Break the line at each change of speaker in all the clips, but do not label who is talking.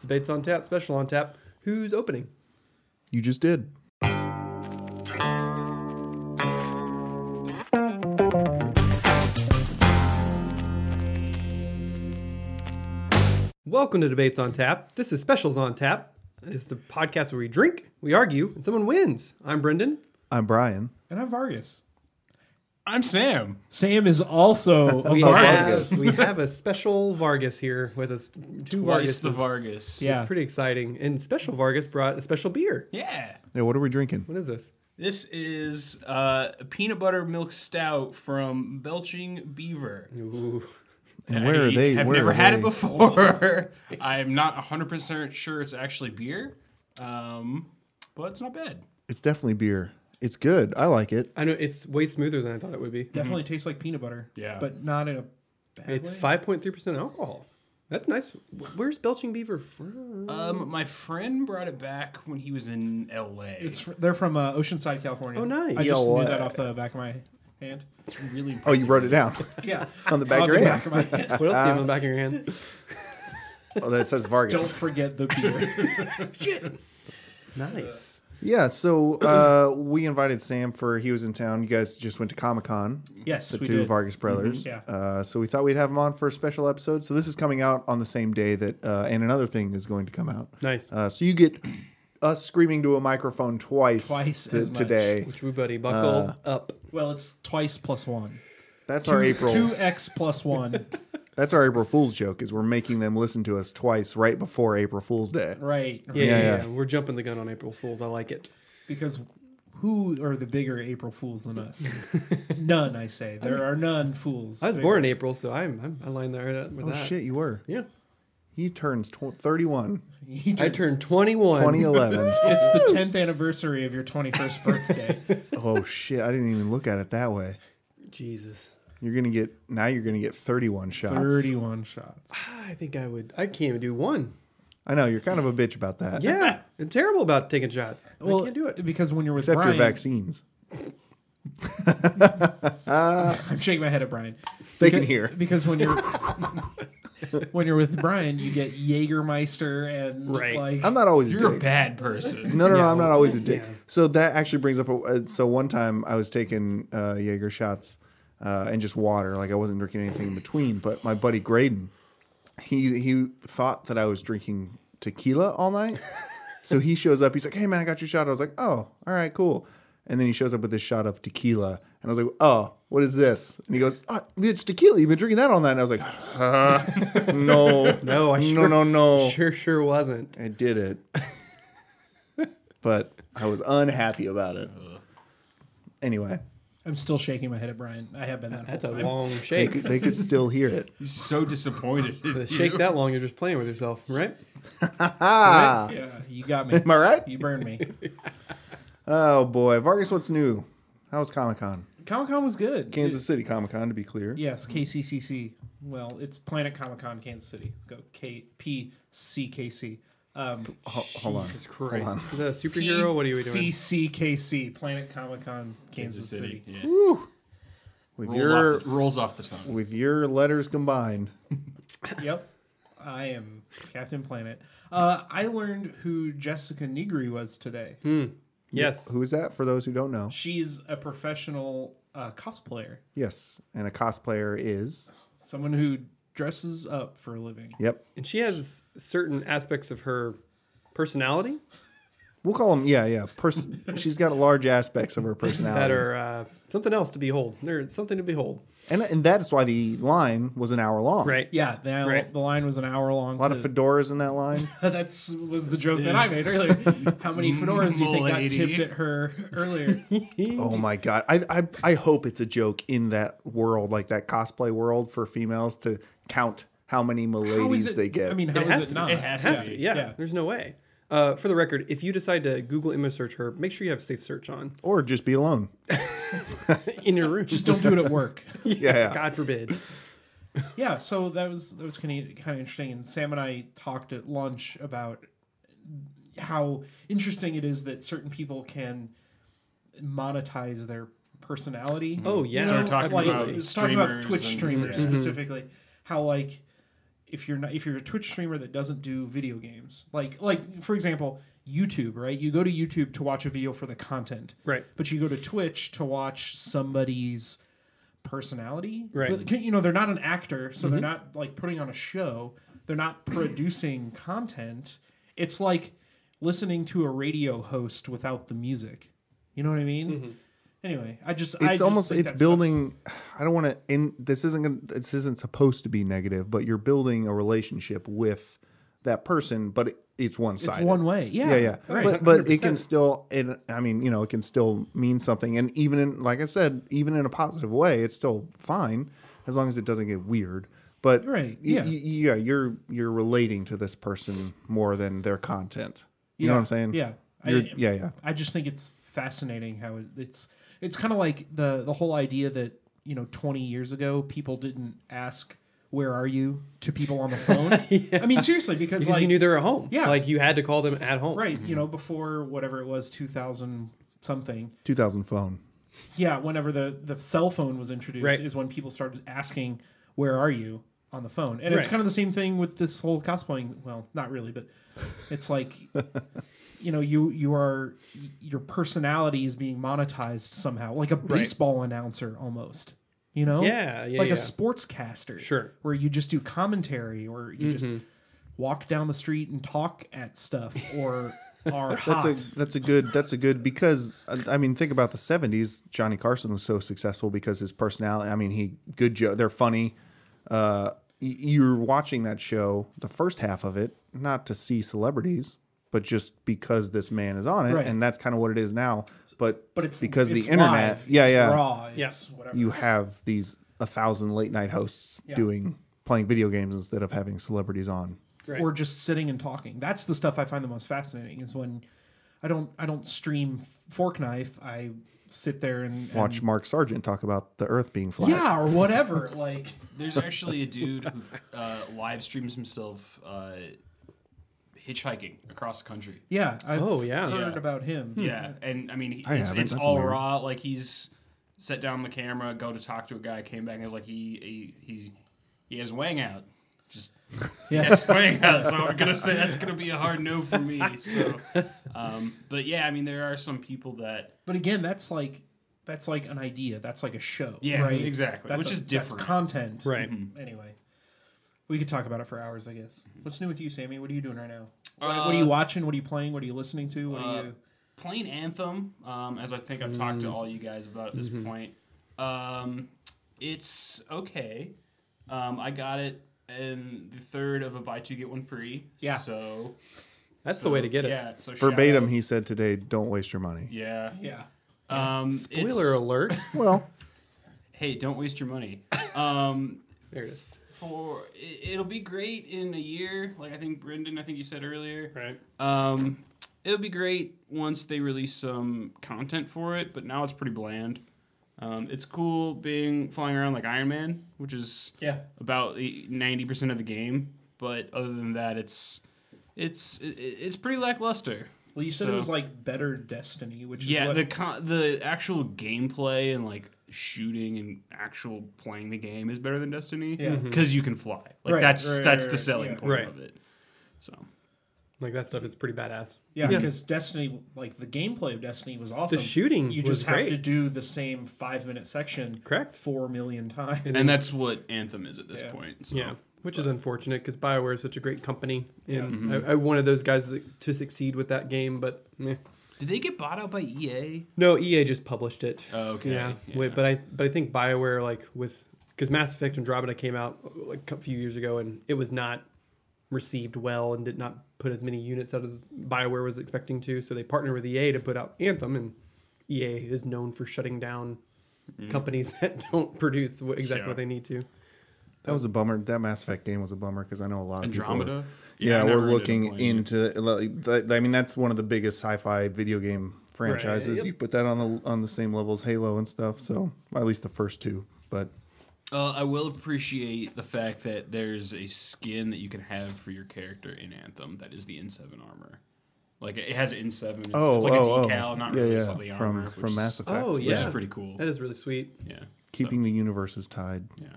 Debates on Tap, special on tap. Who's opening?
You just did.
Welcome to Debates on Tap. This is Specials on Tap. It's the podcast where we drink, we argue, and someone wins. I'm Brendan.
I'm Brian.
And I'm Vargas.
I'm Sam.
Sam is also a
We
Vargas.
have, we have a special Vargas here with us. Two Vargas.
Vargas the Vargas.
Yeah.
It's pretty exciting. And special Vargas brought a special beer.
Yeah.
Yeah, what are we drinking?
What is this?
This is uh, a peanut butter milk stout from Belching Beaver.
Ooh.
And where are they?
I've
where
never
are
had
they?
it before. I'm not 100% sure it's actually beer, um, but it's not bad.
It's definitely beer. It's good. I like it.
I know it's way smoother than I thought it would be.
Definitely tastes like peanut butter.
Yeah.
But not in a bad
It's
way.
5.3% alcohol. That's nice. Wh- Where's Belching Beaver from?
Um, my friend brought it back when he was in LA.
It's fr- they're from uh, Oceanside, California.
Oh, nice.
I just
Yo,
knew
uh,
that off the back of my hand.
really
Oh,
impressive.
you wrote it down
Yeah.
on the back
On
of
the
your
back
hand.
of my hand.
What else do you have on the back of your hand?
Oh, that says
Don't
Vargas.
forget the beer.
Nice.
Yeah, so uh, we invited Sam for he was in town. You guys just went to Comic Con,
yes,
the
we
two
did.
Vargas brothers.
Mhm, yeah.
Uh, so we thought we'd have him on for a special episode. So this is coming out on the same day that uh, and another thing is going to come out.
Nice.
Uh, so you get us screaming to a microphone twice,
Twice
th-
as much.
today.
Which we buddy buckle up.
Well, it's twice plus one.
That's our April.
Two X plus one.
That's our April Fool's joke is we're making them listen to us twice right before April Fool's Day.
right.
Yeah, yeah, yeah,
yeah.
We're jumping the gun on April Fools. I like it.
Because who are the bigger April fools than us? none, I say. There are none fools.
I was
bigger.
born in April, so I'm I'm I lined that right up with
Oh
that.
shit, you were.
Yeah.
He turns tw- 31,
He
I
turns-
turned 21.
2011.
It's the tenth anniversary of your twenty first birthday.
oh shit, I didn't even look at it that way.
Jesus.
You're going to get now you're going to get 31 shots.
Thirty one shots.
I think I would. I can't even do one.
I know, you're kind of a bitch about that.
Yeah. I'm terrible about taking shots. I can't do it.
because when you're with
Except
Brian,
your vaccines.
I'm shaking my head at Brian.
They
Because-
can hear.
because when you're when you're with Brian, you get Jägermeister and
Right.
like
I'm not always a
You're a
dick.
bad person.
No, no, no. I'm not always a dick.
yeah.
So that actually brings up. A, uh, so one time I was taking uh, Jaeger shots uh, and just water, like I wasn't drinking anything in between. But my buddy Graydon, he he thought that I was drinking tequila all night. so he shows up. He's like, "Hey man, I got your shot." I was like, "Oh, all right, cool." And then he shows up with this shot of tequila, and I was like, "Oh, what is this?" And he goes, oh, "It's tequila. You've been drinking that all night." And I was like, "Huh? "No,
No, I
no,
sure,
no, no."
sure, sure wasn't.
I did it. but I was unhappy about it. Anyway,
I'm still shaking my head at Brian. I have been that
That's a
whole time.
long
they
shake.
could, they could still hear it.
He's so disappointed. in
The
you.
shake that long, you're just playing with yourself, right?
Ah,
Yeah, you got me.
am I right?
You burned me.
Oh boy, Vargas, what's new? How was Comic Con?
Comic Con was good.
Kansas City Comic Con, to be clear.
Yes, KCCC. Well, it's Planet Comic Con, Kansas City. Go K P C K C. Um,
Ho- hold on.
Jesus Christ. Is that a superhero? What are you doing?
PCCKC, Planet Comic Con, Kansas, City.
Yeah.
With
Rolls,
your
off the, rolls off the tongue.
with your letters combined,
Yep, I am Captain Planet. Uh, I learned who Jessica Negri was today.
Hmm. Yes.
who is that? For those who don't know,
She's a professional uh, cosplayer,
yes, and a cosplayer is.
someone who dresses up for a living.
Yep,
And she has certain aspects of her personality
we'll call him. Yeah, yeah. Pers- she's got large aspects of her personality.
that are uh, something else to behold. There's something to behold.
And, and that's why the line was an hour long.
Right.
Yeah, the,
Right.
the line was an hour long.
A lot of fedoras in that line.
That's was the joke that I made earlier. How many fedoras do you think got
Lady.
tipped at her earlier?
oh my god! I, I I hope it's a joke in that world, like that cosplay world for females to count how many
How is
miladies
it-
they get.
I mean, how
It
is
has
it
to be.
not?
It has
It has to. Yeah.
Yeah.
There's no way. Uh, for the record, if you decide to Google image search her, make sure you have safe search on
or just be alone.
in your room.
Just don't do it at work.
Yeah, yeah.
God forbid.
yeah so that was that was kind of kind of interesting and sam and i talked at lunch about how interesting it is that certain people can monetize their personality
Oh, yeah.
you
Started
know,
talking
like,
about Mm-hmm.
it was talking about
streamers
twitch
and-
streamers
yeah.
specifically how like if you're not if you're a Twitch streamer that doesn't do video games, like like for example, YouTube, right? You go to YouTube to watch a video for the content,
Right.
But you go to Twitch to watch somebody's personality,
Right. Mm-hmm.
But, you know, they're not an actor, so they're not like putting on a show. They're not producing content. It's like listening to a radio host without the music. You know what I mean?
Mm-hmm.
Anyway, I just I
it's
just
almost
think
it's
that
building i don't want to in this isn't gonna this isn't supposed to be negative but you're building a relationship with that person but it, it's one
stuff's-
side
it's one way.
yeah
Yeah,
yeah
right.
but but it can still and i mean you know it can still mean something and even in like i said even in a positive way it's still fine as long as it doesn't get weird but
Right,
y-
yeah.
y- yeah you're you're relating to this person more than their content you know
Yeah,
what i'm saying
Yeah, I-
You're- yeah yeah
I just think it's fascinating how it- it's it's kind of like the the whole idea that you know 20 years ago people didn't ask where are you to people on the phone. I mean seriously because,
because
like
you knew they were at home.
Yeah.
like you had to call them at home.
right, you know before whatever it was 2000 something.
2000 phone
Yeah, whenever the the cell phone was introduced
Right.
is when people started asking where are you on the phone. And it's
Right.
kind of the same thing with this whole cosplaying, well, not really, but it's like you know, you you are your personality is being monetized somehow, like a baseball announcer almost. You know?
Yeah, yeah,
Like
yeah.
a sportscaster.
Sure. Mm-hmm.
Where you just do commentary or you just walk down the street and talk at stuff or are hot.
That's a that's a good that's a good because uh, I mean think about the '70s. Johnny Carson was so successful because his personality. I mean, he good joke. They're funny. Uh, y- you're watching that show, the first half of it, not to see celebrities, but just because this man is on it,
Right.
and that's kind of what it is now. But
but it's
because
it's
the internet,
live,
yeah,
it's
yeah,
raw, it's whatever.
you have these a thousand late night hosts doing playing video games instead of having celebrities on.
Right.
or just sitting and talking. That's the stuff I find the most fascinating is when I don't I don't stream Fork Knife. I sit there and, and-
Watch Mark Sargent talk about the Earth being flat.
yeah, or whatever. like
There's actually a dude who uh, live streams himself uh, hitchhiking across the country.
yeah, I've
Oh, yeah.
heard
Yeah. Hmm.
about him.
Yeah, and I mean, he-
I
it's,
haven't,
it's
Hmm. Oh, that's
all
weird.
raw. Like he's set down the camera, go to talk to a guy, came back and was like, he he he, he has wang out. Just
Yeah.
yeah, wang out. So I'm gonna say that's gonna be a hard no for me. So, um, but yeah, I mean, there are some people that
But again, that's like that's like an idea. That's like a show.
Yeah,
right?
exactly,
That's
which
a-
is different. Mm-hmm.
That's content. Mm-hmm.
Right.
Anyway. We could talk about it for hours, I guess. What's new with you, Sammy? What are you doing right now? What,
Uh,
what are you watching? What are you playing? What are you listening to? What are
uh,
you?
plain anthem. Um, as I think I've talked
Mm.
to all you guys about at this
Mm-hmm.
point, um, it's okay. Um, I got it in the third of a buy two get one free.
Yeah.
So
That's the way to get it.
Yeah. So shout
Verbatim,
out-
he said today, "Don't waste your money."
Yeah.
Yeah.
Um,
Spoiler
it's-
alert.
Well,
Hey, don't waste your money. Um,
There it is.
for it, it'll be great in a year. Like I think Brendan, I think you said earlier.
Right.
Um, it'll be great once they release some content for it, but now it's pretty bland. Um, it's cool being flying around like Iron Man, which is
Yeah.
about ninety percent of the game. But other than that, it's it's it- it's pretty lackluster.
Well, you said it
So-
was like better Destiny, which is
yeah
what-
the con- the actual gameplay and like shooting and actual playing the game is better than destiny
Yeah.
because you can fly like
Right,
that's
right,
that's
right,
the
right,
selling
yeah.
point
Mm-hmm. Right.
of it so
Like that stuff is pretty badass.
Yeah, because Destiny, like the gameplay of Destiny, was awesome.
The shooting
you
was
just have
great.
to do the same five minute section,
Correct.
four million times.
and that's what anthem is at this
Yeah.
point so.
Yeah, which is unfortunate because Bioware is such a great company, and I, I wanted those guys to succeed with that game, but meh.
did they get bought out by E ea
no, EA just published it.
Oh, okay.
Yeah,
Yeah.
Wait, but I but I think Bioware like with because Mass Effect Andromeda came out like a few years ago, and it was not received well and did not put as many units out as Bioware was expecting to, so they partnered with EA to put out Anthem, and EA is known for shutting down companies that don't produce wh- exactly
Mm. Yeah.
what they need to.
that was a bummer. That Mass Effect game was a bummer because I know a lot of People
andromeda
are, yeah,
I never
we're
ended up
looking
playing it.
into. Like, th- I mean, that's one of the biggest sci-fi video game franchises.
yep.
You put that on the on the same level as Halo and stuff. So at least the first two. But
uh, i will appreciate the fact that there's a skin that you can have for your character in anthem that is the n7 armor like it has n7 it's,
oh,
it's like
oh,
a
oh.
decal not
yeah,
really
yeah.
just like the
from
armor which
from
is-
Mass Effect.
Oh,
which
Yeah.
is pretty cool
That is really sweet.
yeah
keeping the universes tied.
yeah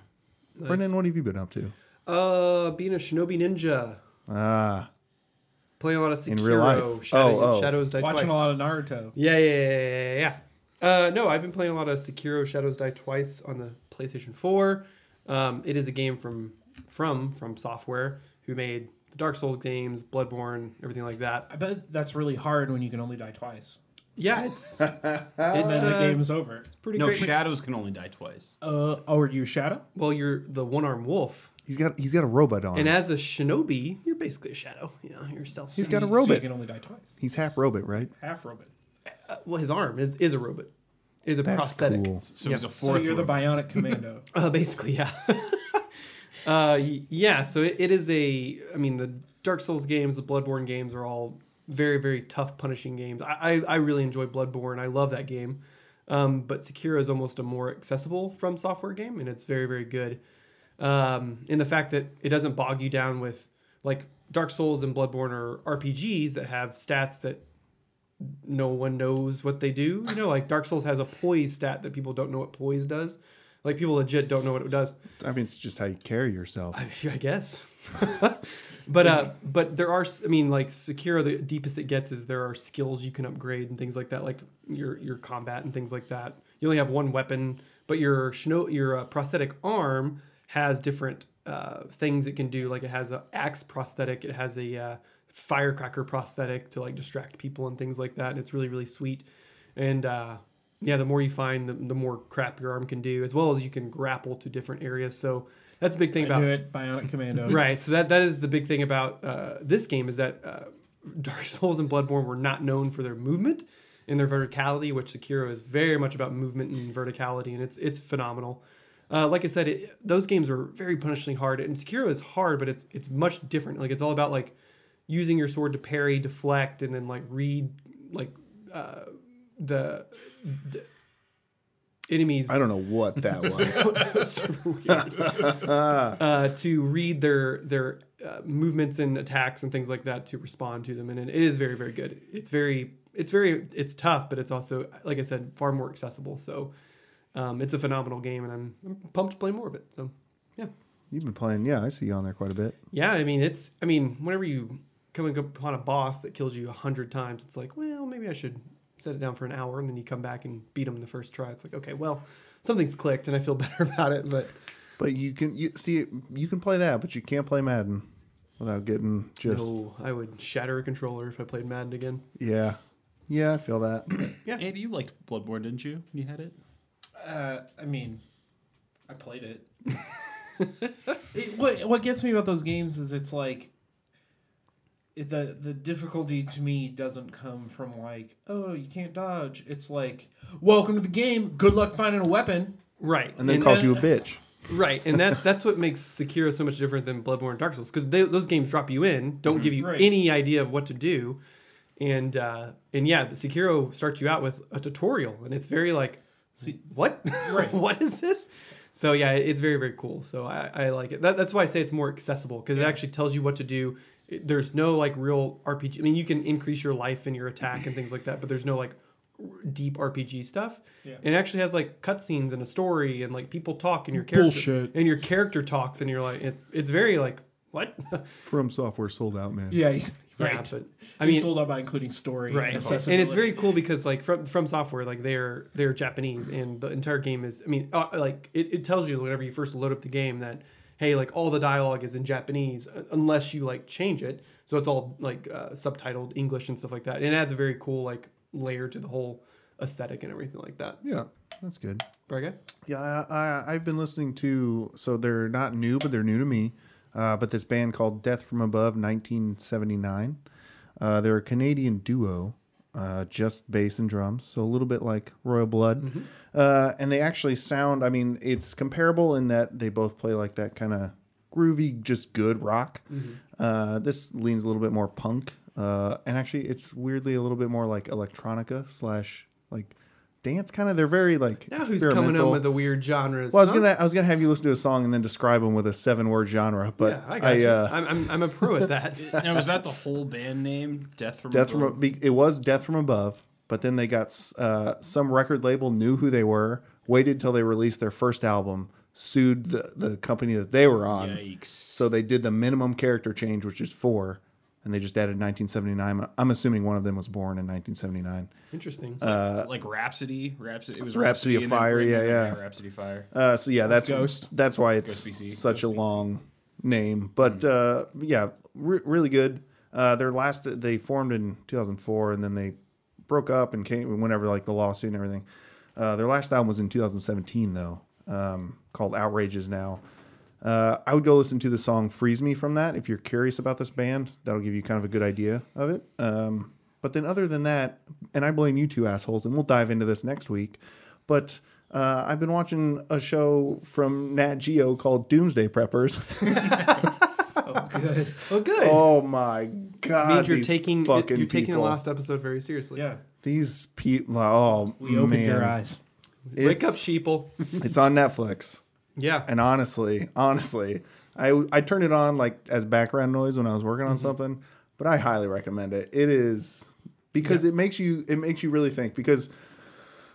Nice.
Brendan, what have you been up to?
Uh, being a shinobi ninja,
Ah,
play a lot of Sekiro,
In real life.
Shadow,
Oh, oh.
Shadows Die
Watching
Twice.
a lot of Naruto.
yeah, yeah, yeah, yeah, yeah, yeah. Uh, no, I've been playing a lot of Sekiro: Shadows Die Twice on the PlayStation 4. Um, it is a game from from from Software, who made the Dark Souls games, Bloodborne, everything like that.
I bet that's really hard when you can only die twice.
Yeah, it's it's
And then
uh,
the game's over.
pretty
No,
great.
shadows can only die twice.
Uh, oh, are you Shadow?
well, you're the one armed wolf,
he's got he's got a robot on.
and
him.
as a shinobi, you're basically a shadow. Yeah, yourself.
He's got a
So
robot.
you can only die twice.
He's half robot, right?
Half robot.
uh, well, his arm is is a robot, is a
That's
prosthetic.
cool.
So
Yeah.
it's a
So
fourth.
you're the
one.
bionic commando.
Uh, basically, yeah. uh, y- yeah, so it, it is a. I mean, the Dark Souls games, the Bloodborne games are all very, very tough, punishing games. I, I, I really enjoy Bloodborne. I love that game. Um, but Sekiro is almost a more accessible from software game, and it's very, very good. Um, in the fact that it doesn't bog you down with, like, Dark Souls and Bloodborne are RPGs that have stats that no one knows what they do. You know, like Dark Souls has a poise stat that people don't know what poise does. Like people legit don't know what it does.
I mean, it's just how you carry yourself.
I, I guess. but uh, but there are. s- I mean, like Sekiro, the deepest it gets is there are skills you can upgrade and things like that, like your your combat and things like that. You only have one weapon, but your shino, your uh, prosthetic arm has different uh, things it can do. Like it has a axe prosthetic, it has a uh, firecracker prosthetic to like distract people and things like that. And it's really really sweet. And uh, yeah, the more you find, the, the more crap your arm can do, as well as you can grapple to different areas. So that's the big thing
I
about
knew it. Bionic commando.
Right. So that that is the big thing about uh, this game is that uh, Dark Souls and Bloodborne were not known for their movement and their verticality, which Sekiro is very much about movement and verticality, and it's it's phenomenal. Uh, like I said, it, those games are very punishingly hard, and Sekiro is hard, but it's it's much different. Like it's all about like using your sword to parry, deflect, and then like read like uh, the d- enemies
I don't know what that was.
super weird. uh, to read their their uh, movements and attacks and things like that to respond to them, and it, it is very very good. It's very it's very it's tough, but it's also like I said, far more accessible. So um, it's a phenomenal game, and I'm, I'm pumped to play more of it. So yeah.
You've been playing, yeah. I see you on there quite a bit.
Yeah, I mean it's. I mean, whenever you come upon a boss that kills you a hundred times, it's like, well, maybe I should set it down for an hour, and then you come back and beat him the first try. It's like, okay, well, something's clicked, and I feel better about it. But
But you can you see you can play that, but you can't play Madden without getting just
no, I would shatter a controller if I played Madden again.
yeah, yeah. I feel that.
Andy, you liked Bloodborne, didn't you? You had it.
Uh, I mean, I played it. it. What What gets me about those games is it's like it- the the difficulty to me doesn't come from like oh you can't dodge. It's like welcome to the game. Good luck finding a weapon.
Right,
And then calls
that-
you a bitch.
right, and that that's what makes Sekiro so much different than Bloodborne and Dark Souls because those games drop you in, don't give you
Right.
any idea of what to do, and uh, and yeah, but Sekiro starts you out with a tutorial, and it's very like,
See-
what,
Right.
what is this? So yeah, it's very very cool. So I, I like it. That, that's why I say it's more accessible because it actually tells you what to do. It- there's no like real RPG. I mean, you can increase your life and your attack and things like that, but there's no like r- deep RPG stuff.
Yeah.
And it actually has like cutscenes and a story and like people talk and your character
Bullshit.
and your character talks and you're like it's it's very like what?
From software sold out, man.
Yeah, he's, right.
Yeah, but
I
I
mean,
mean
sold out by including story
right
and
and
accessibility.
it's very cool because like from from software like they're they're japanese and the entire game is i mean uh, like it, it tells you whenever you first load up the game that hey like all the dialogue is in japanese uh, unless you like change it so it's all like uh, subtitled english and stuff like that and it adds a very cool like layer to the whole aesthetic and everything like that
yeah, that's good.
very good
Yeah, I, I, I've been listening to. So they're not new, but they're new to me. Uh, but this band called Death from Above, 1979. Uh, they're a Canadian duo, uh, just bass and drums, so a little bit like Royal Blood.
Mm-hmm.
Uh, and they actually sound. I mean, it's comparable in that they both play like that kind of groovy, just good rock.
Mm-hmm.
Uh, this leans a little bit more punk, uh, and actually, it's weirdly a little bit more like electronica slash like. Dance kind of, they're very like
now who's coming
experimental.
on with the weird genres
Well, I was
huh?
gonna I was gonna have you listen to a song and then describe them with a seven word genre, but
yeah i
I,
got you
uh,
I'm, I'm, I'm a pro at that
Now was that the whole band name? Death from
Death
Above?
from be- it was Death from Above, but then they got s- uh, some record label knew who they were, waited till they released their first album, sued the, the company that they were on.
Yikes.
So they did the minimum character change, which is four, and they just added 1979. I'm assuming one of them was born in 1979.
Interesting.
Uh,
like Rhapsody, Rhapsody. It was
Rhapsody of
in there,
Fire,
written
yeah,
in
yeah.
there, Rhapsody of Fire.
Uh, so yeah, that's
Ghost.
That's why it's
Ghost Mm-hmm. BC,
such
Ghost
a
BC.
long name, but uh, yeah, re- really good. Uh, their last they formed in 2004, and then they broke up and came whenever like the lawsuit and everything. Uh, their last album was in 2017 though, um, called Outrages Now. Uh, I would go listen to the song "Freeze Me" from that if you're curious about this band. That'll give you kind of a good idea of it. Um, but then, other than that, and I blame you two assholes, and we'll dive into this next week. But uh, I've been watching a show from Nat Geo called Doomsday Preppers.
Oh, good.
well, good.
oh my god!
It means you're
these
taking you're
fucking
taking the
people.
last episode very seriously.
Yeah.
These people. Oh
We opened
man,
your eyes.
Wake up,
It's-
sheeple.
it's on Netflix.
Yeah.
And honestly, honestly, I I turned it on like as background noise when I was working on something, but I highly recommend it. It is because it makes you it makes you really think because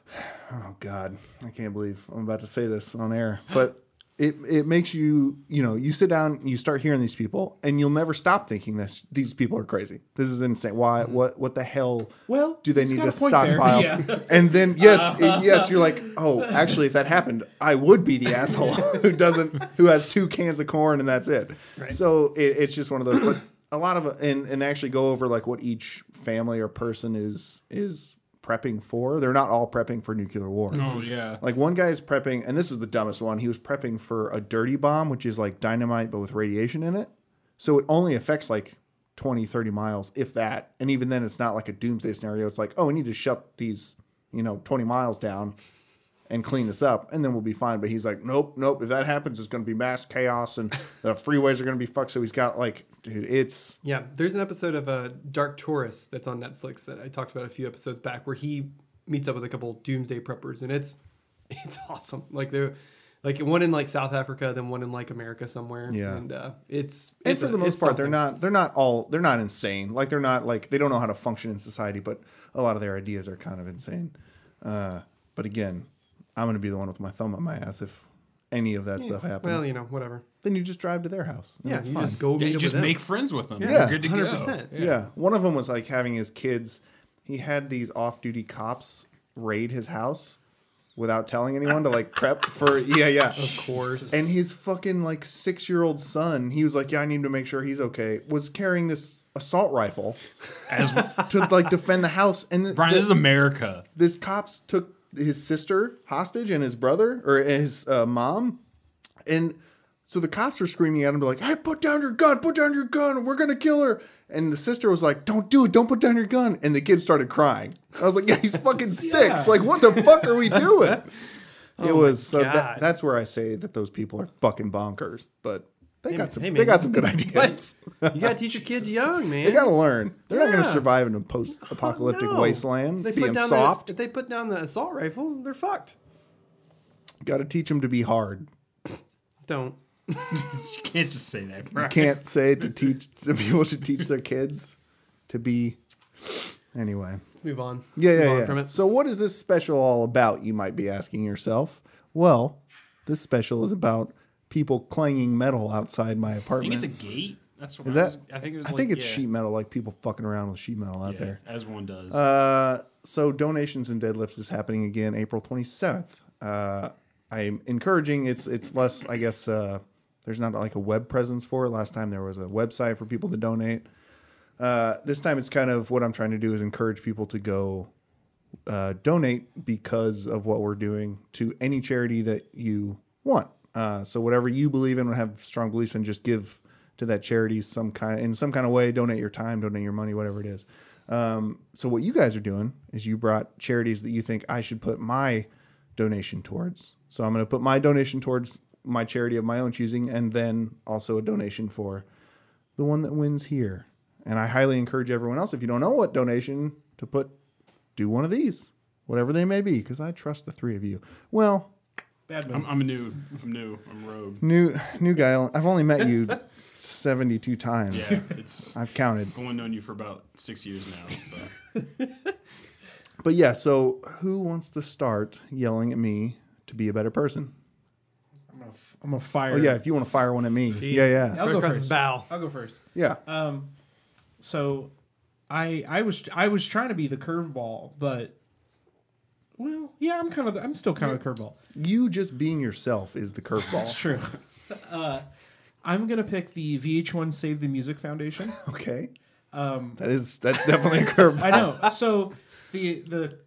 oh god, I can't believe I'm about to say this on air, but it it makes you, you know, you sit down and you start hearing these people and you'll never stop thinking this these people are crazy. This is insane. Why what what the hell
Well,
do they
he's
need
got
to
a point there.
stockpile?
Yeah. Uh-huh.
And then yes, and yes, you're like, oh, actually, if that happened, I would be the asshole who doesn't, who has two cans of corn and that's it. So it, it's just one of those. But a lot of and and actually go over like what each family or person is is prepping for. They're not all prepping for nuclear war.
Oh yeah.
Like one guy is prepping, and this is the dumbest one. He was prepping for a dirty bomb, which is like dynamite but with radiation in it. So it only affects like 20, 30 miles, if that. And even then, it's not like a doomsday scenario. It's like, oh, we need to shut these, you know, 20 miles down and clean this up, and then we'll be fine. But he's like, nope, nope. If that happens, it's going to be mass chaos and the freeways are going to be fucked. So he's got like, dude, it's
Yeah, there's an episode of uh, Dark Taurus that's on Netflix that I talked about a few episodes back, where he meets up with a couple doomsday preppers, and it's it's awesome. Like they're like one in like South Africa, then one in like America somewhere.
Yeah.
and uh, it's
and
it's
for
a-
the most
it's
part
something.
they're not they're not all they're not insane like they're not like they don't know how to function in society but a lot of their ideas are kind of insane uh, but again i'm going to be the one with my thumb on my ass if any of that stuff happens
Well, you know, whatever.
then you just drive to their house and
Yeah,
it's
you
fine.
just go
Yeah,
meet
you
up
just
with
make
them.
friends with them.
Yeah.
You're good to go.
100%.
yeah. one of them was like having his kids he had these off-duty cops raid his house without telling anyone to like prep for yeah yeah
Of course,
and his fucking like six year old son, he was like, Yeah, I need to make sure he's okay, was carrying this assault rifle
As
to like defend the house. And th-
Brian,
th-
this is America.
this cops took his sister hostage and his brother or his uh, mom. And so the cops were screaming at him, like, Hey, put down your gun, put down your gun, we're gonna kill her. And the sister was like, Don't do it, don't put down your gun. And the kid started crying. I was like, Yeah, he's fucking six. Like, what the fuck are we doing? it was so
Oh God.
that, that's where I say that those people are fucking bonkers. But they
Hey,
got some
hey,
they
man.
got some good ideas.
you gotta teach your kids young, man.
They gotta learn. They're not gonna
Yeah. Oh,
survive in a post apocalyptic
No.
wasteland
They put
being
down the-
soft.
if they put down the assault rifle, they're fucked.
Got to teach them to be hard.
Don't.
You can't just say that, Brian.
Can't say to teach to people to teach their kids to be. Anyway,
Let's move on. Let's
yeah,
move
yeah,
on
yeah.
From it.
So, what is this special all about? You might be asking yourself. Well, this special is about people clanging metal outside my
I think
apartment.
it's a gate. That's what
is
I
that?
was- I think it was.
I
like,
think it's
yeah,
sheet metal, like people fucking around with sheet metal out
yeah,
there.
as one does.
Uh, so donations and deadlifts is happening again April 27th. Uh, I'm encouraging it's it's less I guess uh, there's not like a web presence for it. Last time there was a website for people to donate. Uh, this time it's kind of what I'm trying to do is encourage people to go uh, donate because of what we're doing to any charity that you want. Uh, so whatever you believe in, or have strong beliefs in, just give to that charity some kind in some kind of way. Donate your time, donate your money, whatever it is. Um, so what you guys are doing is you brought charities that you think I should put my donation towards. So I'm going to put my donation towards my charity of my own choosing, and then also a donation for the one that wins here. And I highly encourage everyone else, if you don't know what donation to put, do one of these, whatever they may be, because I trust the three of you. Well,
Bad move.
I'm, I'm new. I'm new. I'm rogue.
new new guy, I've only met you seventy-two times.
Yeah, it's.
I've counted.
I've only known you for about six years now. So.
But yeah, so who wants to start yelling at me to be a better person?
I'm gonna f- I'm gonna fire.
Oh yeah, if you want to fire one at me,
Jeez. Uh,
yeah, yeah,
I'll
Right
go
across
first.
his bow.
I'll go first.
yeah.
Um, so I I was I was trying to be the curveball, but well, yeah, I'm kind of the- I'm still kind of the curveball.
You just being yourself is the
It's
curveball.
true. uh, I'm gonna pick the VH1 Save the Music Foundation.
okay,
Um,
that is that's definitely a curveball.
I know. So the the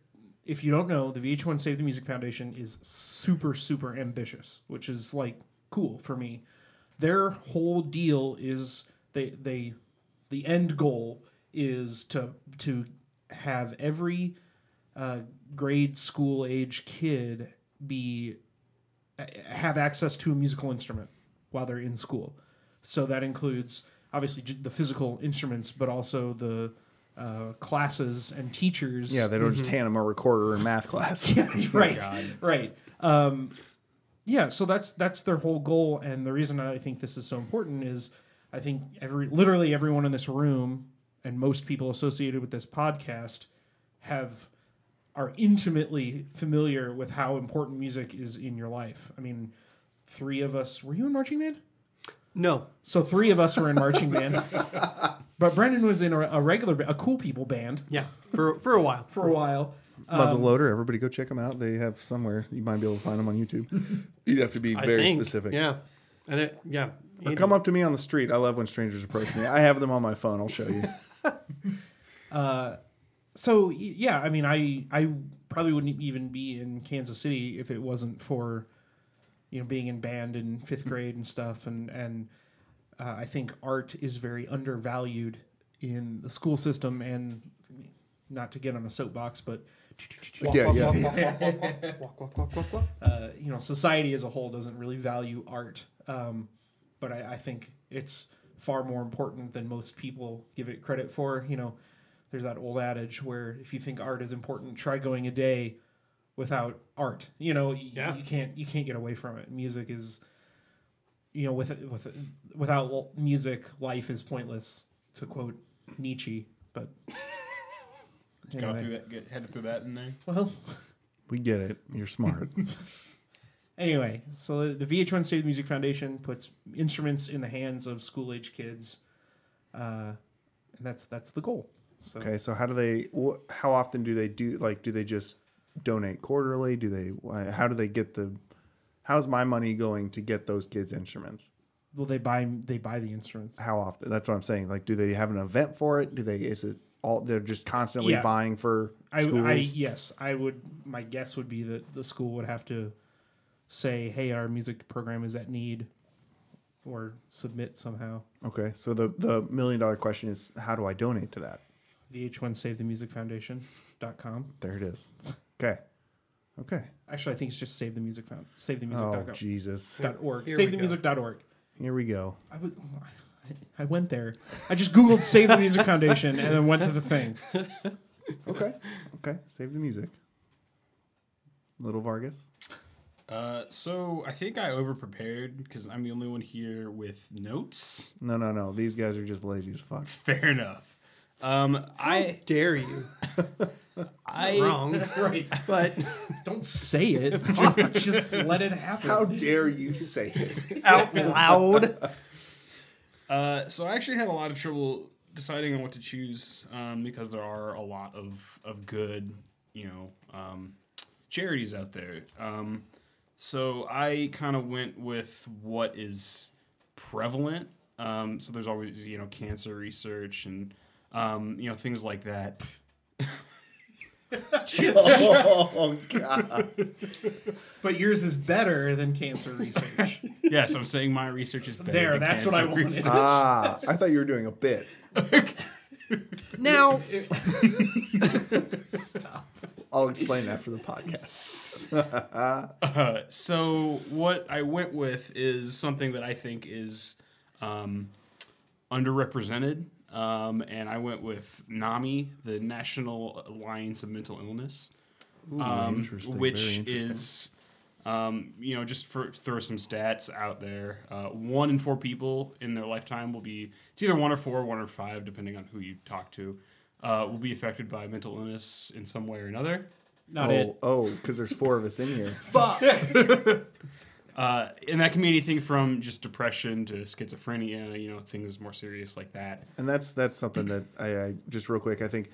if you don't know, the VH1 Save the Music Foundation is super super ambitious, which is like cool for me. Their whole deal is they they the end goal is to to have every uh, grade school age kid be have access to a musical instrument while they're in school. So that includes obviously j- the physical instruments, but also the uh, classes and teachers.
Yeah, they don't
Mm-hmm.
just hand them a recorder in math class.
right, right. Um, yeah, so that's that's their whole goal, and the reason I think this is so important is I think every literally everyone in this room and most people associated with this podcast have are intimately familiar with how important music is in your life. I mean, three of us were you in marching band?
No,
So three of us were in marching band, but Brendan was in a, a regular, ba- a cool people band
yeah, for for a while.
for a while.
Muzzle
Um,
loader, everybody go check them out. They have somewhere you might be able to find them on YouTube. You'd have to be
I
very
think.
specific.
Yeah, and it, yeah.
Or
Andy-
come up to me on the street. I love when strangers approach me. I have them on my phone. I'll show you.
so y- yeah, I mean, I I probably wouldn't e-, even be in Kansas City if it wasn't for you know being in band in fifth grade and stuff, and and uh, I think art is very undervalued in the school system, and not to get on a soapbox, but
Yeah, yeah.
uh, you know, society as a whole doesn't really value art. Um, but I, I think it's far more important than most people give it credit for. You know, there's that old adage where if you think art is important, try going a day without art. You know, y-
Yeah.
you can't you can't get away from it. Music is, you know, with with without l- music, life is pointless. To quote Nietzsche, but
Got through
anyway.
that. Get, had to throw that in there.
well.
We get it. You're smart.
Anyway, so the the VH1 State of Music Foundation puts instruments in the hands of school age kids, uh, and that's that's the goal. So
Okay, so how do they? wh- How often do they do? Like, do they just donate quarterly? Do they? why- How do they get the? How's my money going to get those kids instruments?
well, they buy they buy the instruments.
How often? That's what I'm saying. Like, do they have an event for it? Do they? Is it all? They're just constantly
Yeah.
buying for
I,
schools.
I yes, I would. My guess would be that the school would have to say, "Hey, our music program is at need," or submit somehow.
okay, so the the million dollar question is, how do I donate to that?
VH1 Save the Music Foundation dot com.
There it is. Okay, okay.
Actually, I think it's just Save the Music Found Save the Music
Oh
dot com-
Jesus!
dot org.
Here
Save
we
the
go.
Music dot org.
Here we go.
I was. oh, I went there. I just Googled Save the Music Foundation and then went to the thing.
Okay, okay. Save the music. Little Vargas.
Uh, so I think I overprepared because I'm the only one here with notes.
No, no, no. These guys are just lazy as fuck.
Fair enough. Um, I
dare you?
I
Wrong.
Right.
But
Don't say it. just let it happen.
How dare you say it?
out loud.
Uh, so I actually had a lot of trouble deciding on what to choose um, because there are a lot of, of good, you know, um, charities out there. Um, so I kind of went with what is prevalent. Um, so there's always, you know, cancer research and, um, you know, things like that.
oh god.
But yours is better than cancer research.
yes, I'm saying my research is better
There,
than
that's what I
cancer
wanted.
research.
Ah, I thought you were doing a bit.
Now,
I'll explain after the podcast.
Uh, so what I went with is something that I think is um, underrepresented, um, and I went with NAMI, the National Alliance of Mental Illness, um,
interesting, very
which
interesting.
is um, you know just for throw some stats out there. Uh, one in four people in their lifetime will be it's either one or four, one or five, depending on who you talk to. Uh, will be affected by mental illness in some way or another.
Not
oh, oh, because there's four of us in here.
it.
Uh, and that can be anything from just depression to schizophrenia, you know, things more serious like that.
and that's that's something that I, I just real quick. I think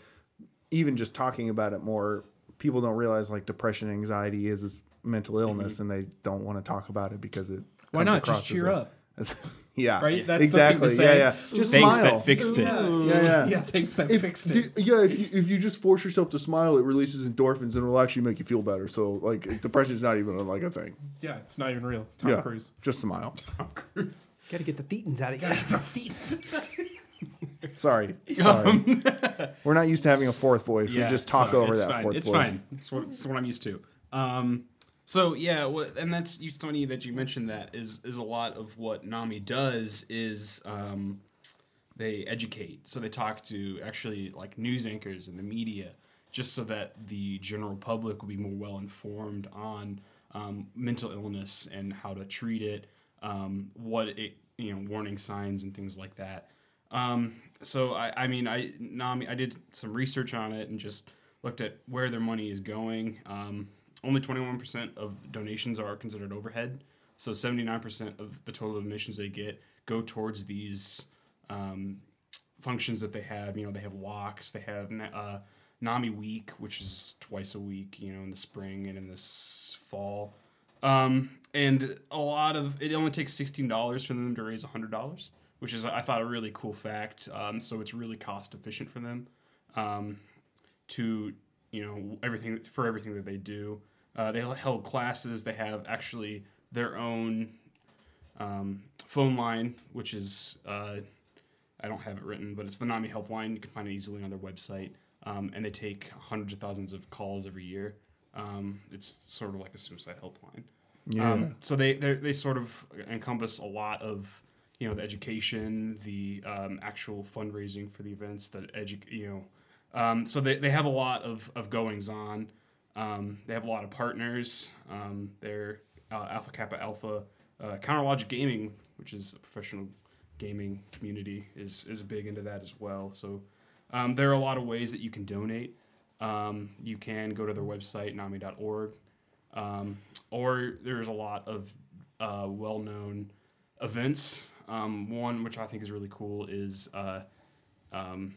even just talking about it more, people don't realize like depression, anxiety is is mental illness, and they don't want to talk about it because it.
Mm-hmm.
comes
Why not just
across
cheer
as a-
up?
as- yeah,
Right? That's the
exactly.
thing to
yeah,
say.
yeah. Just
Things
smile.
that fixed it.
yeah, yeah.
Yeah, thanks. That
If
fixed
you-
it.
yeah, if you, if you just force yourself to smile, it releases endorphins and it'll actually make you feel better. So like depression is not even like a thing.
Yeah, it's not even real. Tom
yeah,
Cruise.
just smile.
Gotta get the thetans out of here.
Sorry, sorry. We're not used to having a fourth voice. we just talk
so
over
it's
that
fine.
fourth
it's
voice.
fine. It's what, it's what I'm used to. Um, so yeah, wha- and that's you, funny that you mentioned that is is a lot of what Nami does is um, they educate. So they talk to actually like news anchors and the media, just so that the general public will be more well informed on um, mental illness and how to treat it, um, what it you know warning signs and things like that. Um, so I, I mean, I Nami, I did some research on it and just looked at where their money is going. Um, only 21% of donations are considered overhead. So 79% of the total donations they get go towards these um, functions that they have. You know, they have walks, they have na- uh, Nami Week, which is twice a week, you know, in the spring and in the s- fall. Um, and a lot of it only takes sixteen dollars for them to raise hundred dollars, which is I thought a really cool fact. Um, so it's really cost efficient for them um, to you know everything for everything that they do. Uh, they held classes. They have actually their own um, phone line, which is uh, I don't have it written, but it's the Nami helpline. You can find it easily on their website, um, and they take hundreds of thousands of calls every year. Um, it's sort of like a suicide helpline.
Yeah.
Um, so they they're- they sort of encompass a lot of you know the education, the um, actual fundraising for the events, the edu- you know. Um, so they, they have a lot of, of goings on. Um, they have a lot of partners. Um, they're uh, Alpha Kappa Alpha uh, Counterlogic Gaming, which is a professional gaming community, is is big into that as well. So um, there are a lot of ways that you can donate. Um, you can go to their website nami.org, um, or there's a lot of uh, well-known events. Um, one which I think is really cool is uh, um,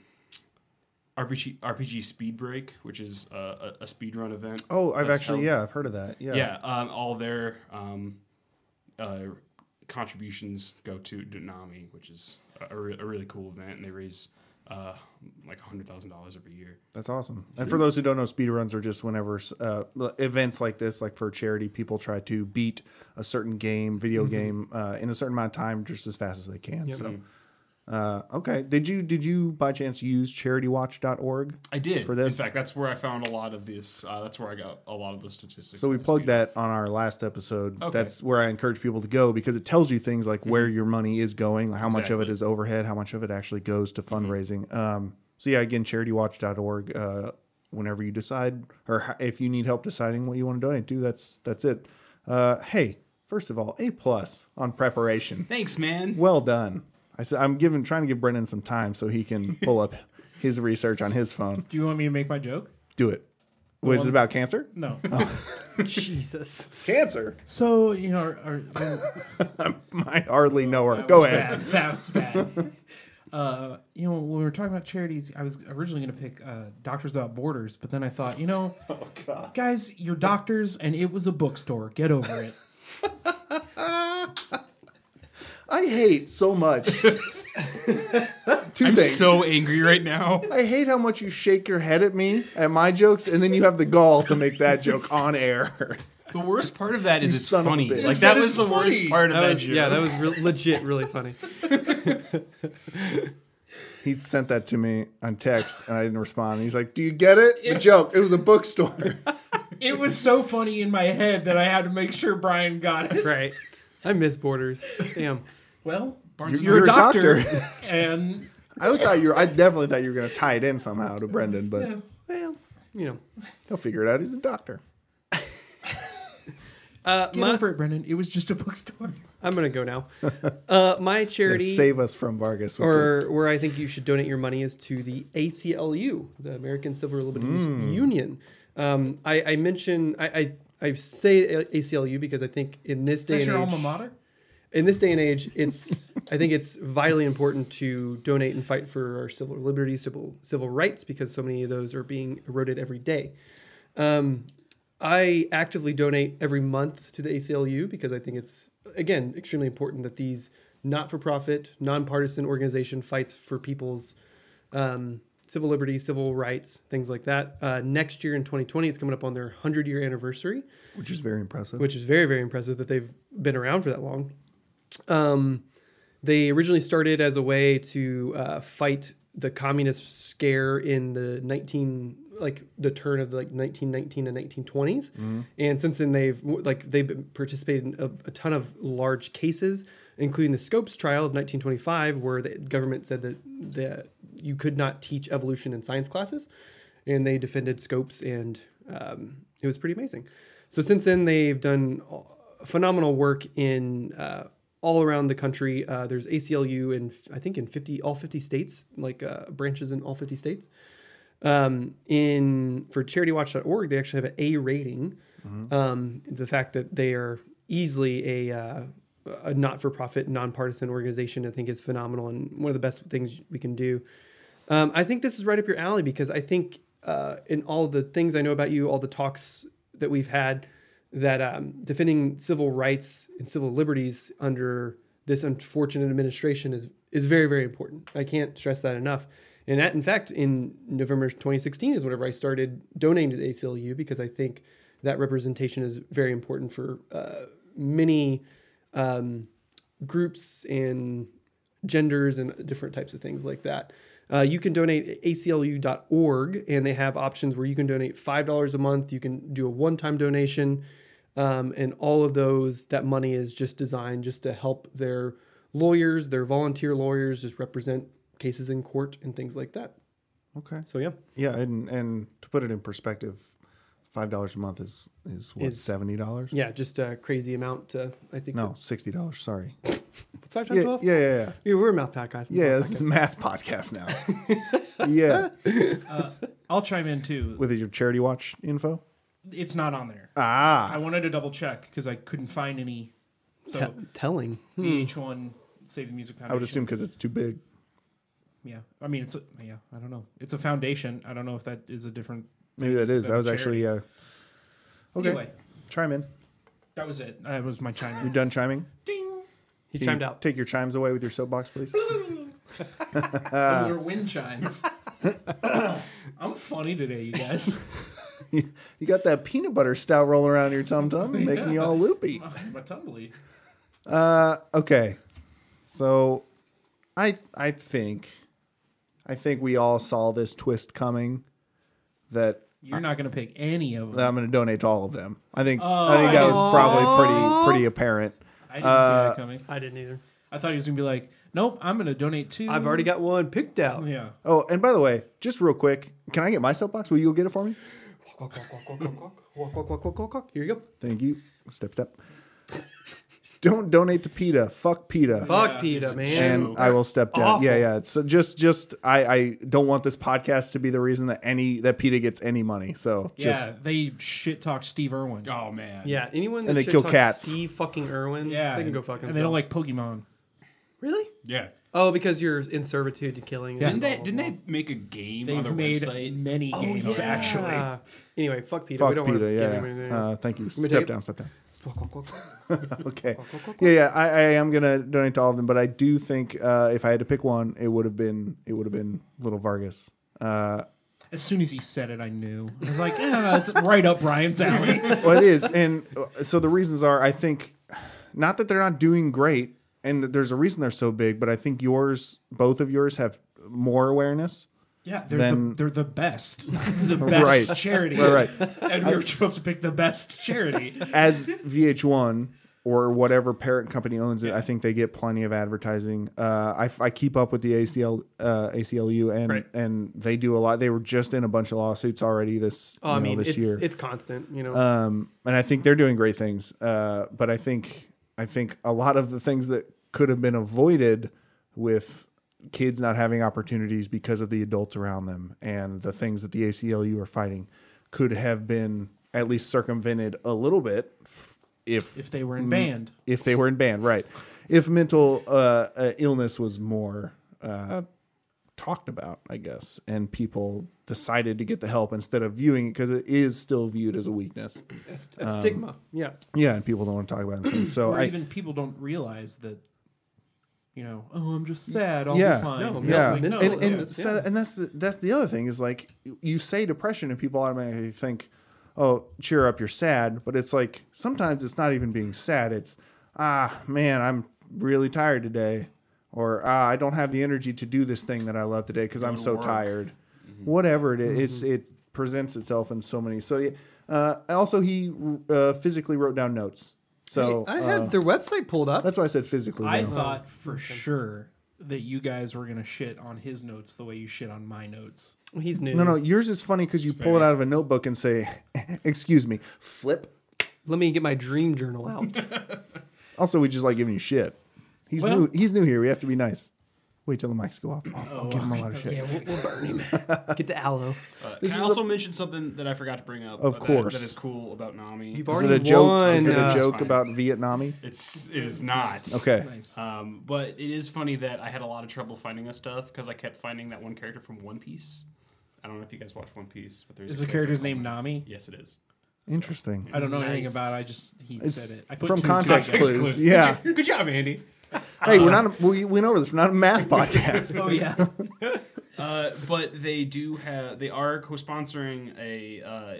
RPG RPG Speed Break, which is uh, a, a speedrun event.
Oh, I've
that's
actually
held-
yeah, I've heard of that. Yeah.
yeah, um, all their um, uh, contributions go to Dunami, which is a, a re- a really cool event, and they raise uh, like hundred thousand dollars every year.
That's awesome. And for those who don't know, speedruns are just whenever uh, events like this, like for charity, people try to beat a certain game, video game, uh, in a certain amount of time, just as fast as they can. So, uh, okay. Did you did you by chance use CharityWatch.org?
I did.
For this?
in fact, that's where I found a lot of this. Uh, that's where I got a lot of the statistics.
So we
on the
plugged
speed-
that on our last episode.
Okay.
That's where I encourage people to go because it tells you things like where your money is going, how much of it
Exactly.
is overhead, how much of it actually goes to fundraising. Um, so yeah, again, CharityWatch.org. Uh, whenever you decide, or h- if you need help deciding what you want to donate to, that's that's it. Uh, hey, first of all, A plus on preparation.
Thanks, man.
Well done. I said I'm giving trying to give Brendan some time so he can pull up his research on his phone.
Do you want me to make my joke?
Do it. Was it about cancer?
No.
Oh.
Jesus.
Cancer.
So you know, our, our, well,
I hardly know her. Go ahead.
bad. That was bad. uh, you know, when we were talking about charities, I was originally going to pick uh, Doctors Without Borders, but then I thought, you know,
Oh,
guys, you're doctors, and it was a bookstore. Get over it.
I hate so much. 2
I'm
things.
so angry right now.
I hate how much you shake your head at me at my jokes, and then you have the gall to make that joke on air.
The worst part of that is it's
son of a
funny.
bitch.
Like
That
that, was
is
the
funny.
worst part of
That
that.
was,
joke.
yeah, that was re- legit really funny.
He sent that to me on text, and I didn't respond. He's like, "Do you get it? The joke. It was a bookstore."
It was so funny in my head that I had to make sure Brian got it.
Right. I miss Borders. Damn.
Well,
Barnes and
You're a
Noble.
doctor.
and
I thought you. Were, I definitely thought you were going to tie it in somehow to Brendan,
uh,
but
Well, you know.
he'll figure it out. He's a doctor.
Uh,
get
my,
over it, Brendan. It was just a bookstore.
I'm gonna go now. Uh, my
To
charity
save us from Vargas. With
or
this.
where I think you should donate your money is to the ACLU, the American Civil Liberties Union. Um, I, I mentioned I, I I say A- ACLU because I think in this
Is
day
that
and
your
age,
alma mater?
in this day and age, it's I think it's vitally important to donate and fight for our civil liberties, civil civil rights, because so many of those are being eroded every day. Um, I actively donate every month to the ACLU because I think it's again extremely important that these not-for-profit, nonpartisan organization fights for people's um, civil liberties, civil rights, things like that. Uh, next year in 2020, it's coming up on their 100-year anniversary
which is very impressive.
which is very very impressive that they've been around for that long. Um, they originally started as a way to uh, fight the communist scare in the 19 like the turn of like 1919 and 1920s and since then they've like they've been- participated in a, a ton of large cases including the scopes trial of 1925 where the government said that that you could not teach evolution in science classes and they defended scopes and um, it was pretty amazing so since then they've done phenomenal work in uh, all around the country uh, there's aclu in i think in 50 all 50 states like uh, branches in all 50 states um, in for charitywatch.org they actually have an a rating um, the fact that they are easily a uh, a not-for-profit nonpartisan organization i think is phenomenal and one of the best things we can do um, I think this is right up your alley because I think uh, in all the things I know about you, all the talks that we've had, that um, defending civil rights and civil liberties under this unfortunate administration is is very very important. I can't stress that enough. And that, in fact, in November 2016 is whenever I started donating to the ACLU because I think that representation is very important for uh, many um, groups and genders and different types of things like that. Uh, you can donate at aclu.org, and they have options where you can donate $5 a month, you can do a one time donation, um, and all of those, that money is just designed just to help their lawyers, their volunteer lawyers, just represent cases in court and things like that.
okay.
So, yeah,
Yeah, and and to put it in perspective, five dollars a month is is what
Is-
seventy dollars?
yeah, just a crazy amount. To, I think
No, sixty dollars. Sorry. Yeah,
that's five times
yeah,
twelve.
yeah, yeah.
Yeah, we're a mouth podcast.
Yeah, this is a math podcast now. yeah,
I'll chime in too.
with your charity watch info.
It's not on there. I
Ah,
wanted to double check because I couldn't find any. So
Te- telling.
VH1 Save the Music Foundation.
Hmm. I would assume because it's too big.
Yeah, I mean it's a, yeah. I don't know. It's a foundation. I don't know if that is a different.
Maybe that is.
Than
That was
charity.
actually uh, okay.
Anyway,
Chime in.
that was it. That was my chime.
You done chiming?
Ding.
He
Can you
chimed out.
Take your chimes away with your soapbox, please. Ah.
Those are wind chimes. I'm funny today, you guys.
you got that peanut butter stout rolling around your tum tum, making you all loopy.
my tumbly.
Uh, okay. So, I I think, I think we all saw this twist coming. That
You're not gonna pick any of them.
that I'm going to donate to all of them. I think
Oh,
I think that was probably pretty pretty apparent.
I didn't see
uh,
that coming.
I didn't either.
I thought he was gonna be like, nope. I'm gonna donate two.
I've already got one picked out.
Yeah.
Oh, and by the way, just real quick, can I get my soapbox? Will you go get it for me?
Walk, walk, walk, walk, walk, walk. Here you go.
Thank you. Step step. Don't donate to PETA. Fuck PETA.
Fuck
Yeah,
PETA, man.
and I will step down.
Awful.
Yeah, yeah. So just, just I, I don't want this podcast to be the reason that any that PETA gets any money. So just
yeah. They shit talk Steve Irwin.
Oh man.
Yeah, anyone that
And they
shit
kill
talks
cats.
Steve fucking Irwin,
Yeah.
they can go fuck
And they don't
themselves.
like Pokemon.
really?
Yeah.
Oh, because you're in servitude to killing.
Didn't they didn't they make a game on
They've
their
made
website?
many
Oh,
Oh,
games
yeah.
actually.
Anyway, fuck Peter. we
fuck
don't
PETA.
want to get
Yeah.
anybody
Uh, thank you. Step
take-
down. Step down.
Walk, walk, walk.
Okay.
Oh,
Yeah, yeah. I, I am gonna donate to all of them, but I do think uh, if I had to pick one, it would have been it would have been Little Vargas. Uh,
As soon as he said it, I knew. I was like, yeah, it's right up Ryan's alley.
well, it is, and uh, so the reasons are I think not that they're not doing great, and that there's a reason they're so big, but I think yours, both of yours, have more awareness.
Yeah, they're the,
Then-
they're the best, the best
Right.
charity.
Right, right.
And we were supposed to pick the best charity.
as VH1 or whatever parent company owns it, I think they get plenty of advertising. Uh, I, I keep up with the ACL uh, ACLU and
Right.
and they do a lot. They were just in a bunch of lawsuits already this
Oh, I
you know,
mean,
this
it's
year.
it's constant. You know,
um, and I think they're doing great things. Uh, but I think I think a lot of the things that could have been avoided with kids not having opportunities because of the adults around them and the things that the ACLU are fighting could have been at least circumvented a little bit f- if
if they were in band.
if they were in band, right? If mental uh, uh, illness was more uh, talked about, I guess, and people decided to get the help instead of viewing it because it is still viewed as a weakness.
A, st- a stigma. Yeah.
Yeah, and people don't want to talk about it. So
Or
Oh, I,
even people don't realize that, you know, oh, I'm just sad. I'll
yeah,
be fine.
No,
It's
yeah.
like, no,
and, and,
illness,
so,
yeah.
and that's the that's the other thing is like you say depression and people automatically think, oh, cheer up, you're sad. But it's like sometimes it's not even being sad. It's ah, man, I'm really tired today, or ah, I don't have the energy to do this thing that I love today because I'm
to
so
work.
tired. Whatever it
Mm-hmm.
is, it's it presents itself in so many. So yeah, uh, also he uh, physically wrote down notes. So
I
uh,
had their website pulled up.
that's why I said physically.
I
though.
thought for sure that you guys were gonna shit on his notes the way you shit on my notes.
He's new.
No, no, yours is funny because you pull it out of a notebook and say, "Excuse me, flip."
Let me get my dream journal out.
Also, we just like giving you shit. He's
Well-
new. He's new here. We have to be nice. Wait till the mics go off. I'll, I'll give him a lot of shit.
yeah, we'll, we'll burn him. Get the aloe.
Uh, can I also mention something that I forgot to bring up?
Of
uh, that-
course.
that is cool about Nami.
You've
Is
already
it a joke?
won.
is it a
uh,
joke
Fine.
about Vietnam?
it's it is not
Okay.
Nice.
Um, but it is funny that I had a lot of trouble finding this stuff because I kept finding that one character from One Piece. I don't know if you guys watch One Piece, but there's
Is the character's
name
name Nami?
Yes, it is.
Interesting.
I don't know anything
Nice.
about. it. I just he said it. I put
From
two and two
context
together.
clues. Yeah.
Good, job, Andy.
Hey, we're not. A, we went over this. We're not a math podcast.
Oh yeah.
Uh, but they do have they are co-sponsoring a uh,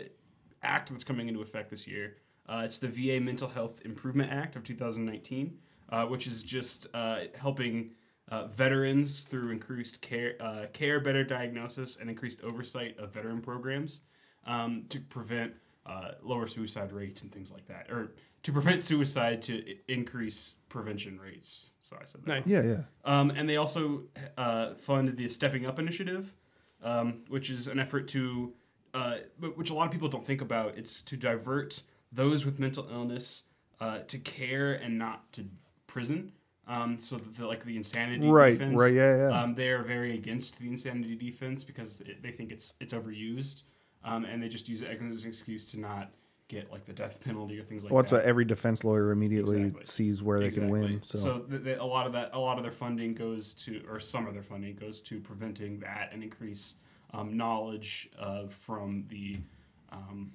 act that's coming into effect this year. Uh, it's the VA Mental Health Improvement Act of 2019, uh, which is just uh, helping uh, veterans through increased care, uh, care, better diagnosis, and increased oversight of veteran programs um, to prevent uh, lower suicide rates and things like that, or to prevent suicide to i- increase prevention rates. So I said that.
Nice.
yeah, yeah.
Um, and they also uh, funded the Stepping Up initiative, um, which is an effort to, uh, but- which a lot of people don't think about. It's to divert those with mental illness uh, to care and not to prison. Um, so that the, like the insanity
Right,
defense,
right, yeah, yeah.
Um, they are very against the insanity defense because it, they think it's it's overused, um, and they just use it as an excuse to not get like the death penalty or things like
Well, that's
that.
what every defense lawyer immediately
Exactly.
sees where they can win. So,
Exactly. th- th- a lot of that, a lot of their funding goes to, or some of their funding goes to preventing that and increase um, knowledge uh, from the um,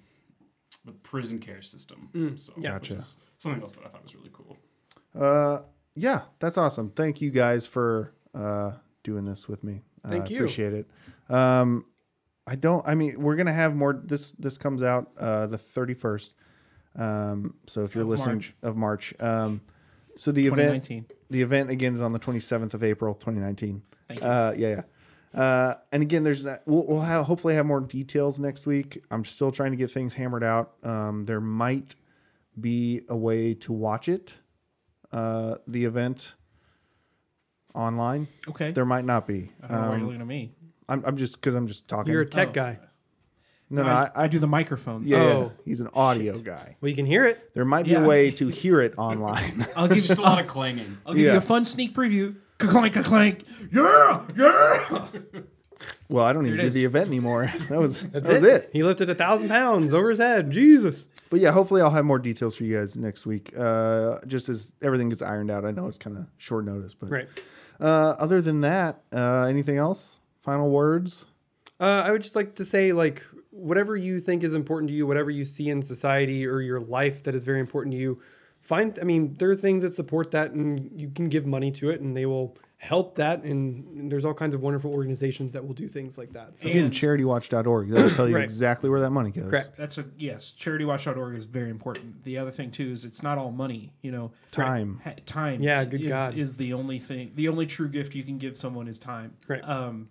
the prison care system. so,
yeah.
which
Gotcha.
is Something else that I thought was really cool.
uh, yeah, that's awesome. Thank you guys for uh, doing this with me. Uh,
Thank
I
you.
Appreciate it. Um, I don't. I mean, we're gonna have more. This this comes out uh, the thirty first. Um, so if you're
Of
listening
March.
of March, um, so the event
2019.
the event again is on the 27th of April, 2019.
Thank you.
Uh, yeah, yeah. Uh, and again, there's that. We'll, we'll have, hopefully have more details next week. I'm still trying to get things hammered out. Um, there might be a way to watch it, uh, the event online.
Okay.
There might not be.
I don't know why you're
Um,
looking at me.
I'm, I'm just because I'm just talking.
You're a tech
Oh.
guy.
no, no, I, I
do the microphones.
yeah, yeah.
Oh.
he's an audio guy.
Well, you can hear it.
There might be
Yeah. Uh,
a way to hear it online.
I'll give
There's
you.
just a lot of clanging.
I'll give
Yeah.
you a fun sneak preview. Clank, clank. Yeah, yeah.
well, I don't even
it
do
is.
the event anymore. That was that was it.
He lifted a thousand pounds over his head. Jesus.
But yeah, hopefully I'll have more details for you guys next week. Uh, just as everything gets ironed out, I know it's kind of short notice, but
Right.
Uh, other than that, uh, anything else? Final words?
Uh, I would just like to say, like, whatever you think is important to you, whatever you see in society or your life that is very important to you, find. I mean, there are things that support that, and you can give money to it, and they will help that. And there's all kinds of wonderful organizations that will do things like that. So,
Again, charitywatch.org. That'll tell you
Right.
exactly where that money goes.
correct.
That's a yes. CharityWatch.org is very important. The other thing too is it's not all money. You know,
Time.
ha- time.
Yeah, good
is,
God.
is the only thing. The only true gift you can give someone is time.
Right.
Um,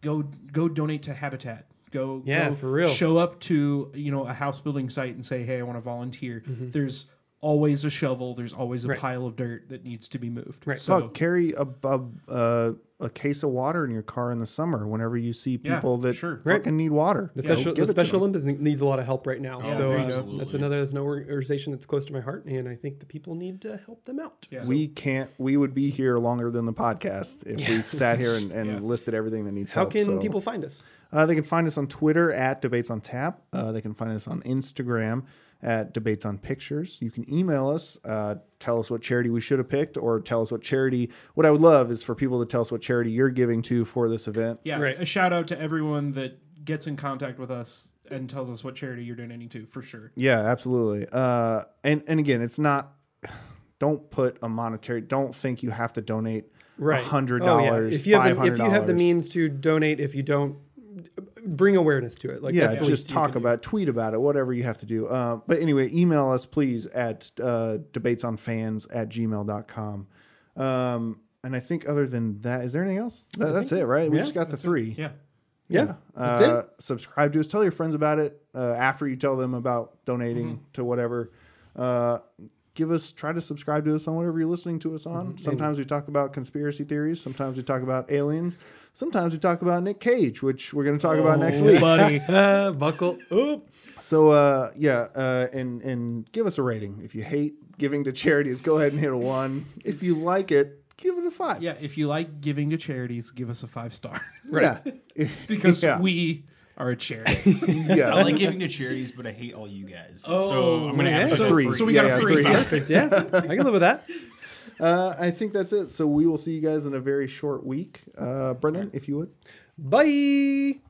go go donate to Habitat. Go
Yeah,
go
for real.
Show up to you know a house building site and say, hey, I want to volunteer. There's always a shovel. There's always a
Mm-hmm. Right.
pile of dirt that needs to be moved.
Right.
So
Fuck, carry a, a, a a case of water in your car in the summer whenever you see
Yeah,
people that
sure.
fucking need water.
The
Go
Special,
give
the
it to
Special
them. Oh,
Olympics needs a lot of help right now.
Yeah,
so uh,
absolutely.
that's another that's an organization that's close to my heart, and I think the people need to help them out.
Yeah.
we can't. We would be here longer than the podcast if we sat here and, and listed everything that needs
How
help.
can
so.
people find us?
Uh, they can find us on Twitter at Debates on Tap. Uh, they can find us on Instagram at Debates on Pictures. You can email us, uh, tell us what charity we should have picked, or tell us what charity. What I would love is for people to tell us what charity you're giving to for this event.
Yeah,
Right.
a shout out to everyone that gets in contact with us and tells us what charity you're donating to for sure.
Yeah, absolutely. Uh, and and again, it's not. Don't put a monetary. Don't think you have to donate.
Right,
hundred
Oh, yeah.
dollars.
If you have the, if
$500.
you have the means to donate, if you don't, bring awareness to it. Like
yeah,
that's the least
just
you
talk
can do.
about, it, tweet about it, whatever you have to do. Uh, but anyway, email us please at uh, debatesonfans at gmail.com. Um, and I think other than that, is there anything else? That, that's it, right? We
yeah,
just got the three.
Yeah.
Yeah.
that's
uh, Subscribe to us. Tell your friends about it uh, after you tell them about donating
Mm-hmm.
to whatever. Uh, give us, try to subscribe to us on whatever you're listening to us
Mm-hmm.
on. Sometimes we talk about conspiracy theories. Sometimes we talk about aliens. Sometimes we talk about Nick Cage, which we're going to talk about
Oh,
next week.
buddy.
Uh, buckle up.
So uh, yeah, uh, and and give us a rating. If you hate giving to charities, go ahead and hit a one. If you like it, give it a five.
yeah, if you like giving to charities, give us a five star
right. Yeah.
because
Yeah.
we are a charity.
yeah.
I like giving to charities, but I hate all you guys. so
Oh,
I'm gonna
okay.
have to
So-
go
so we got
Yeah,
a
yeah,
free.
Perfect. Yeah, I can live with that.
uh, I think that's it. So we will see you guys in a very short week. Uh, Brendan, if you would.
Bye.